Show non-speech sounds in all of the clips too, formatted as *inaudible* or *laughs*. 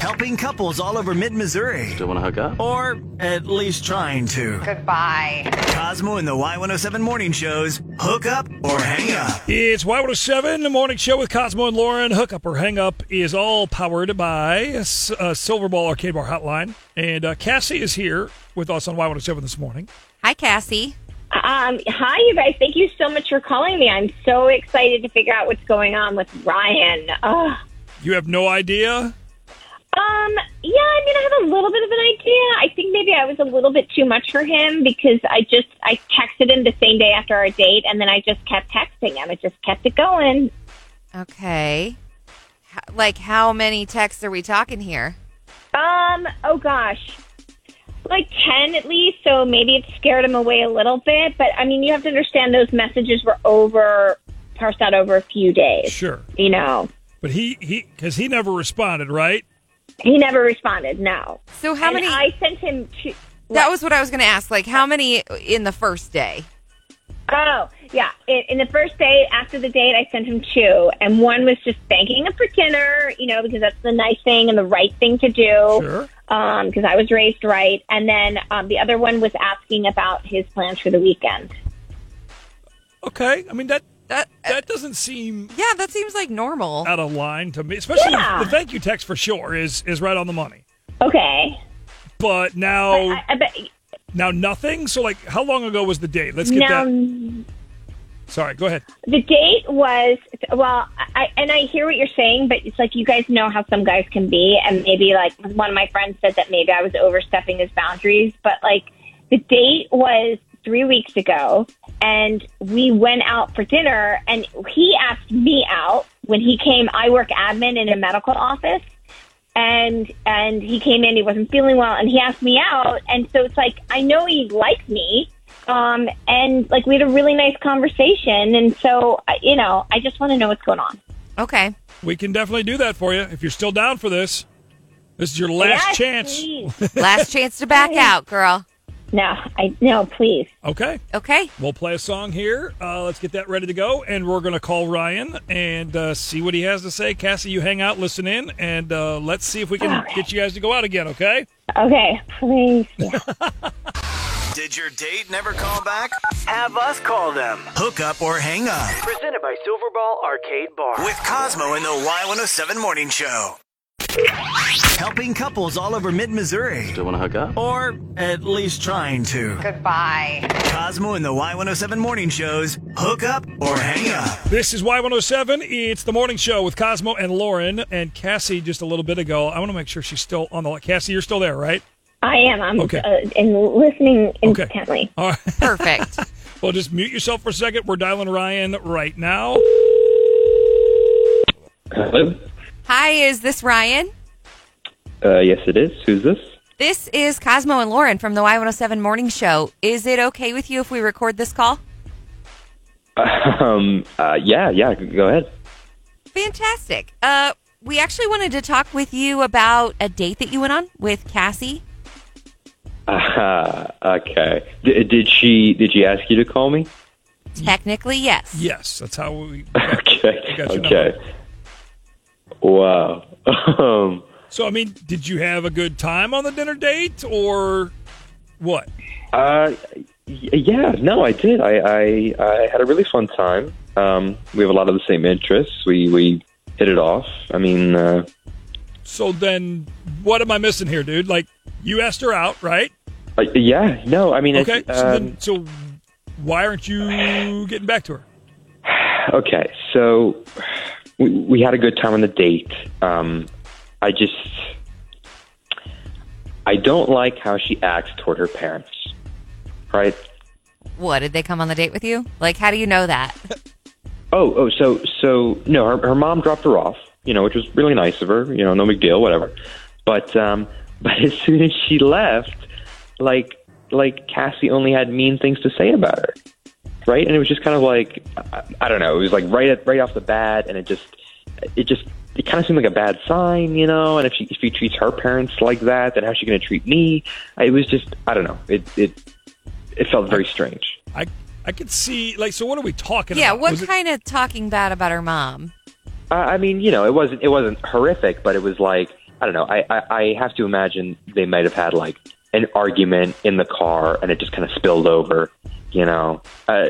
helping couples all over mid Missouri. Still want to hook up? Or at least trying to. Goodbye. Cosmo and the Y107 morning shows hook up or hang up. It's Y107, the morning show with Cosmo and Lauren. Hook up or hang up is all powered by S- uh, Silverball Arcade Bar Hotline. And uh, Cassie is here with us on Y107 this morning. Hi, Cassie. Um, hi, you guys. Thank you so much for calling me. I'm so excited to figure out what's going on with Ryan. Ugh. You have no idea? Um, yeah, I mean, I have a little bit of an idea. I think maybe I was a little bit too much for him because I just I texted him the same day after our date, and then I just kept texting him. It just kept it going. Okay. H- like, how many texts are we talking here? Um, oh gosh. Like 10 at least, so maybe it scared him away a little bit. But I mean, you have to understand those messages were over, parsed out over a few days, Sure. you know. But he, he, because he never responded, right? He never responded, no. So, how And many? I sent him two. that was what I was going to ask. Like, how many in the first day? Oh, yeah. In, in the first date, after the date, I sent him two. And one was just thanking him for dinner, you know, because that's the nice thing and the right thing to do. Sure. Because I was raised right. And then um, the other one was asking about his plans for the weekend. Okay. I mean, that That, that doesn't seem yeah, that seems like normal. out of line to me, especially Yeah. the thank you text for sure is, is right on the money. Okay. But now, I, I bet, now nothing. So, like, how long ago was the date? Let's get now, that. Sorry, go ahead. the date was, well, I, and I hear what you're saying, but it's like you guys know how some guys can be. And maybe, like, one of my friends said that maybe I was overstepping his boundaries. But, like, the date was three weeks ago, and we went out for dinner, and he asked me out when he came. I work admin in a medical office. And and he came in, he wasn't feeling well, and he asked me out, and so it's like I know he liked me, um, and like we had a really nice conversation, and so I- you know I just want to know what's going on. Okay. We can definitely do that for you if you're still down for this. This is your last Yes, chance. please. Last chance to *laughs* back out, girl. no, I no, please. Okay. Okay. We'll play a song here. Uh, let's get that ready to go. And we're going to call Ryan and uh, see what he has to say. Cassie, you hang out, listen in, and uh, let's see if we can get you guys to go out again, okay? Okay, please. Did your date never call back? Have us call them. Hook up or hang up Presented by Silverball Arcade Bar. with Cosmo and the Y107 morning show. Helping couples all over mid Missouri. Still want to hook up? Or at least trying to. Goodbye. Cosmo and the Y107 morning shows hook up or hang up. This is Y107. It's the morning show with Cosmo and Lauren. And Cassie, just a little bit ago, I want to make sure she's still on the line. Cassie, you're still there, right? I am. I'm Okay. uh, and listening Okay. intently. All right. *laughs* Perfect. Well, just mute yourself for a second. We're dialing Ryan right now. Hello. Hi, is this Ryan? Uh, yes, it is. Who's this? This is Cosmo and Lauren from the Y107 Morning Show. Is it okay with you if we record this call? Um. Uh, yeah. Yeah. g- Go ahead. Fantastic. Uh, we actually wanted to talk with you about a date that you went on with Cassie. Uh, okay. D- did she? Did she ask you to call me? *laughs* Mm-hmm. Technically, yes. Yes, that's how we. Okay. got your Okay. Wow. *laughs* Um. So, I mean, did you have a good time on the dinner date or what? Uh. y- Yeah. No, I did. I. I. I had a really fun time. Um. We have a lot of the same interests. We. We hit it off. I mean. Uh, So then, what am I missing here, dude? Like, you asked her out, right? uh, yeah. No. I mean. Okay. It's, So, um, then, so why aren't you getting back to her? Okay, so we, we had a good time on the date. Um, I just I don't like how she acts toward her parents. Right? What, did they come on the date with you? Like, how do you know *laughs* that? Oh, oh, so so no, her, her mom dropped her off, you know, which was really nice of her, you know, no big deal, whatever. But um, *laughs* but as soon as she left, like like Cassie only had mean things to say about her, right? And it was just kind of like I, I don't know, it was like right at, right off the bat, and it just it just it kind of seemed like a bad sign, you know. And if she if she treats her parents like that, then how's she going to treat me? It was just I don't know. It it it felt very strange. I I could see like so. What are we talking Yeah, about? what Was it- kind of talking bad about her mom? Uh, I mean, you know, it wasn't it wasn't horrific, but it was like I don't know. I, I, I have to imagine they might have had like an argument in the car, and it just kind of spilled over. You know, uh,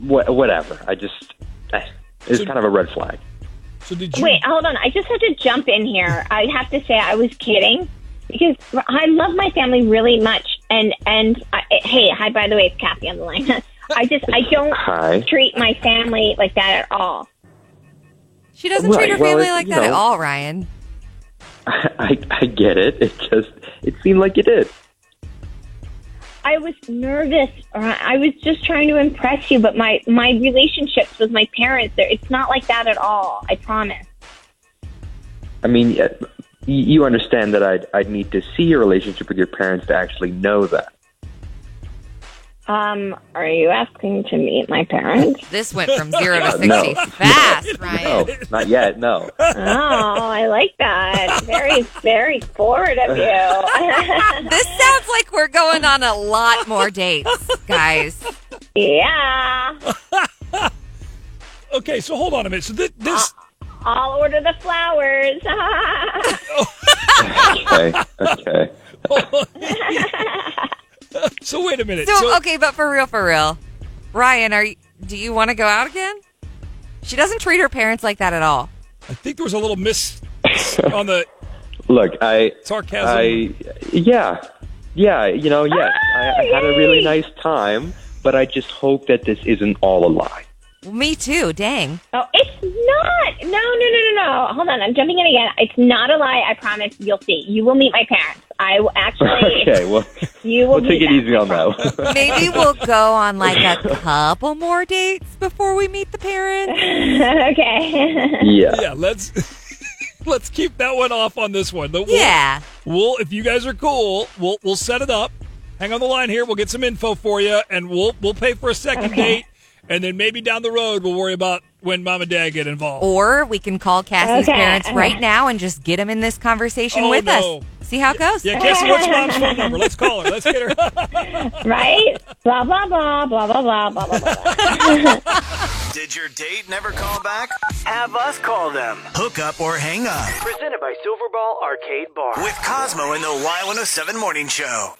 wh- whatever. I just eh, it's So- kind of a red flag. *laughs* So did you? Wait, hold on. I just have to jump in here. I have to say I was kidding because I love my family really much. And and I, hey, hi. By the way, it's Kathy on the line. *laughs* I just I don't Hi. treat my family like that at all. She doesn't Right, treat her well, family it- like you that at know. all, Ryan. I, I get it. It just it seemed like you did. I was nervous. Or I I was just trying to impress you, but my my relationships with my parents, they're- it's not like that at all. I promise. I mean, yeah, y- you understand that I'd I'd need to see your relationship with your parents to actually know that. Um, are you asking to meet *laughs* my parents? This went *laughs* from zero to 60 No. fast, Ryan. *laughs* *laughs* No, not yet. No. oh, I like that. Very very forward of you. This sounds like we're going on a lot more dates, *laughs* guys. yeah. uh, Okay, so hold on a minute. So this, this I'll order the flowers. *laughs* Okay. Okay. so wait a minute. So, uh, okay, but for real, for real, Ryan, are you, do you want to go out again? She doesn't treat her parents like that at all. I think there was a little *laughs* miss on the Look, I sarcasm. I yeah yeah you know yes I, I had a really yay. nice time, but I just hope that this isn't all a lie. Me too. Dang. oh, it's not. No, no, no, no, no. Hold on. I'm jumping in again. It's not a lie. I promise. You'll see. You will meet my parents. I will actually. *laughs* Okay. Well, You will we'll take meet it them. easy on that. one. *laughs* Maybe we'll go on like a couple more dates before we meet the parents. *laughs* okay. *laughs* yeah. yeah, let's *laughs* let's keep that one off on this one. But we'll- Yeah. We'll, if you guys are cool, we'll we'll set it up. Hang on the line here. We'll get some info for you, and we'll we'll pay for a second date, and then maybe down the road we'll worry about when mom and dad get involved. Or we can call Cassie's Okay. parents right now and just get them in this conversation Oh, with no. us. See how it goes. Yeah, Cassie, what's mom's phone number? Let's call her. Let's get her. right? Blah blah blah blah blah blah blah blah. blah. Did your date never call back? Have us call them. Hook up or hang up Presented by Silverball Arcade Bar. with Cosmo in the Y107 Morning Show.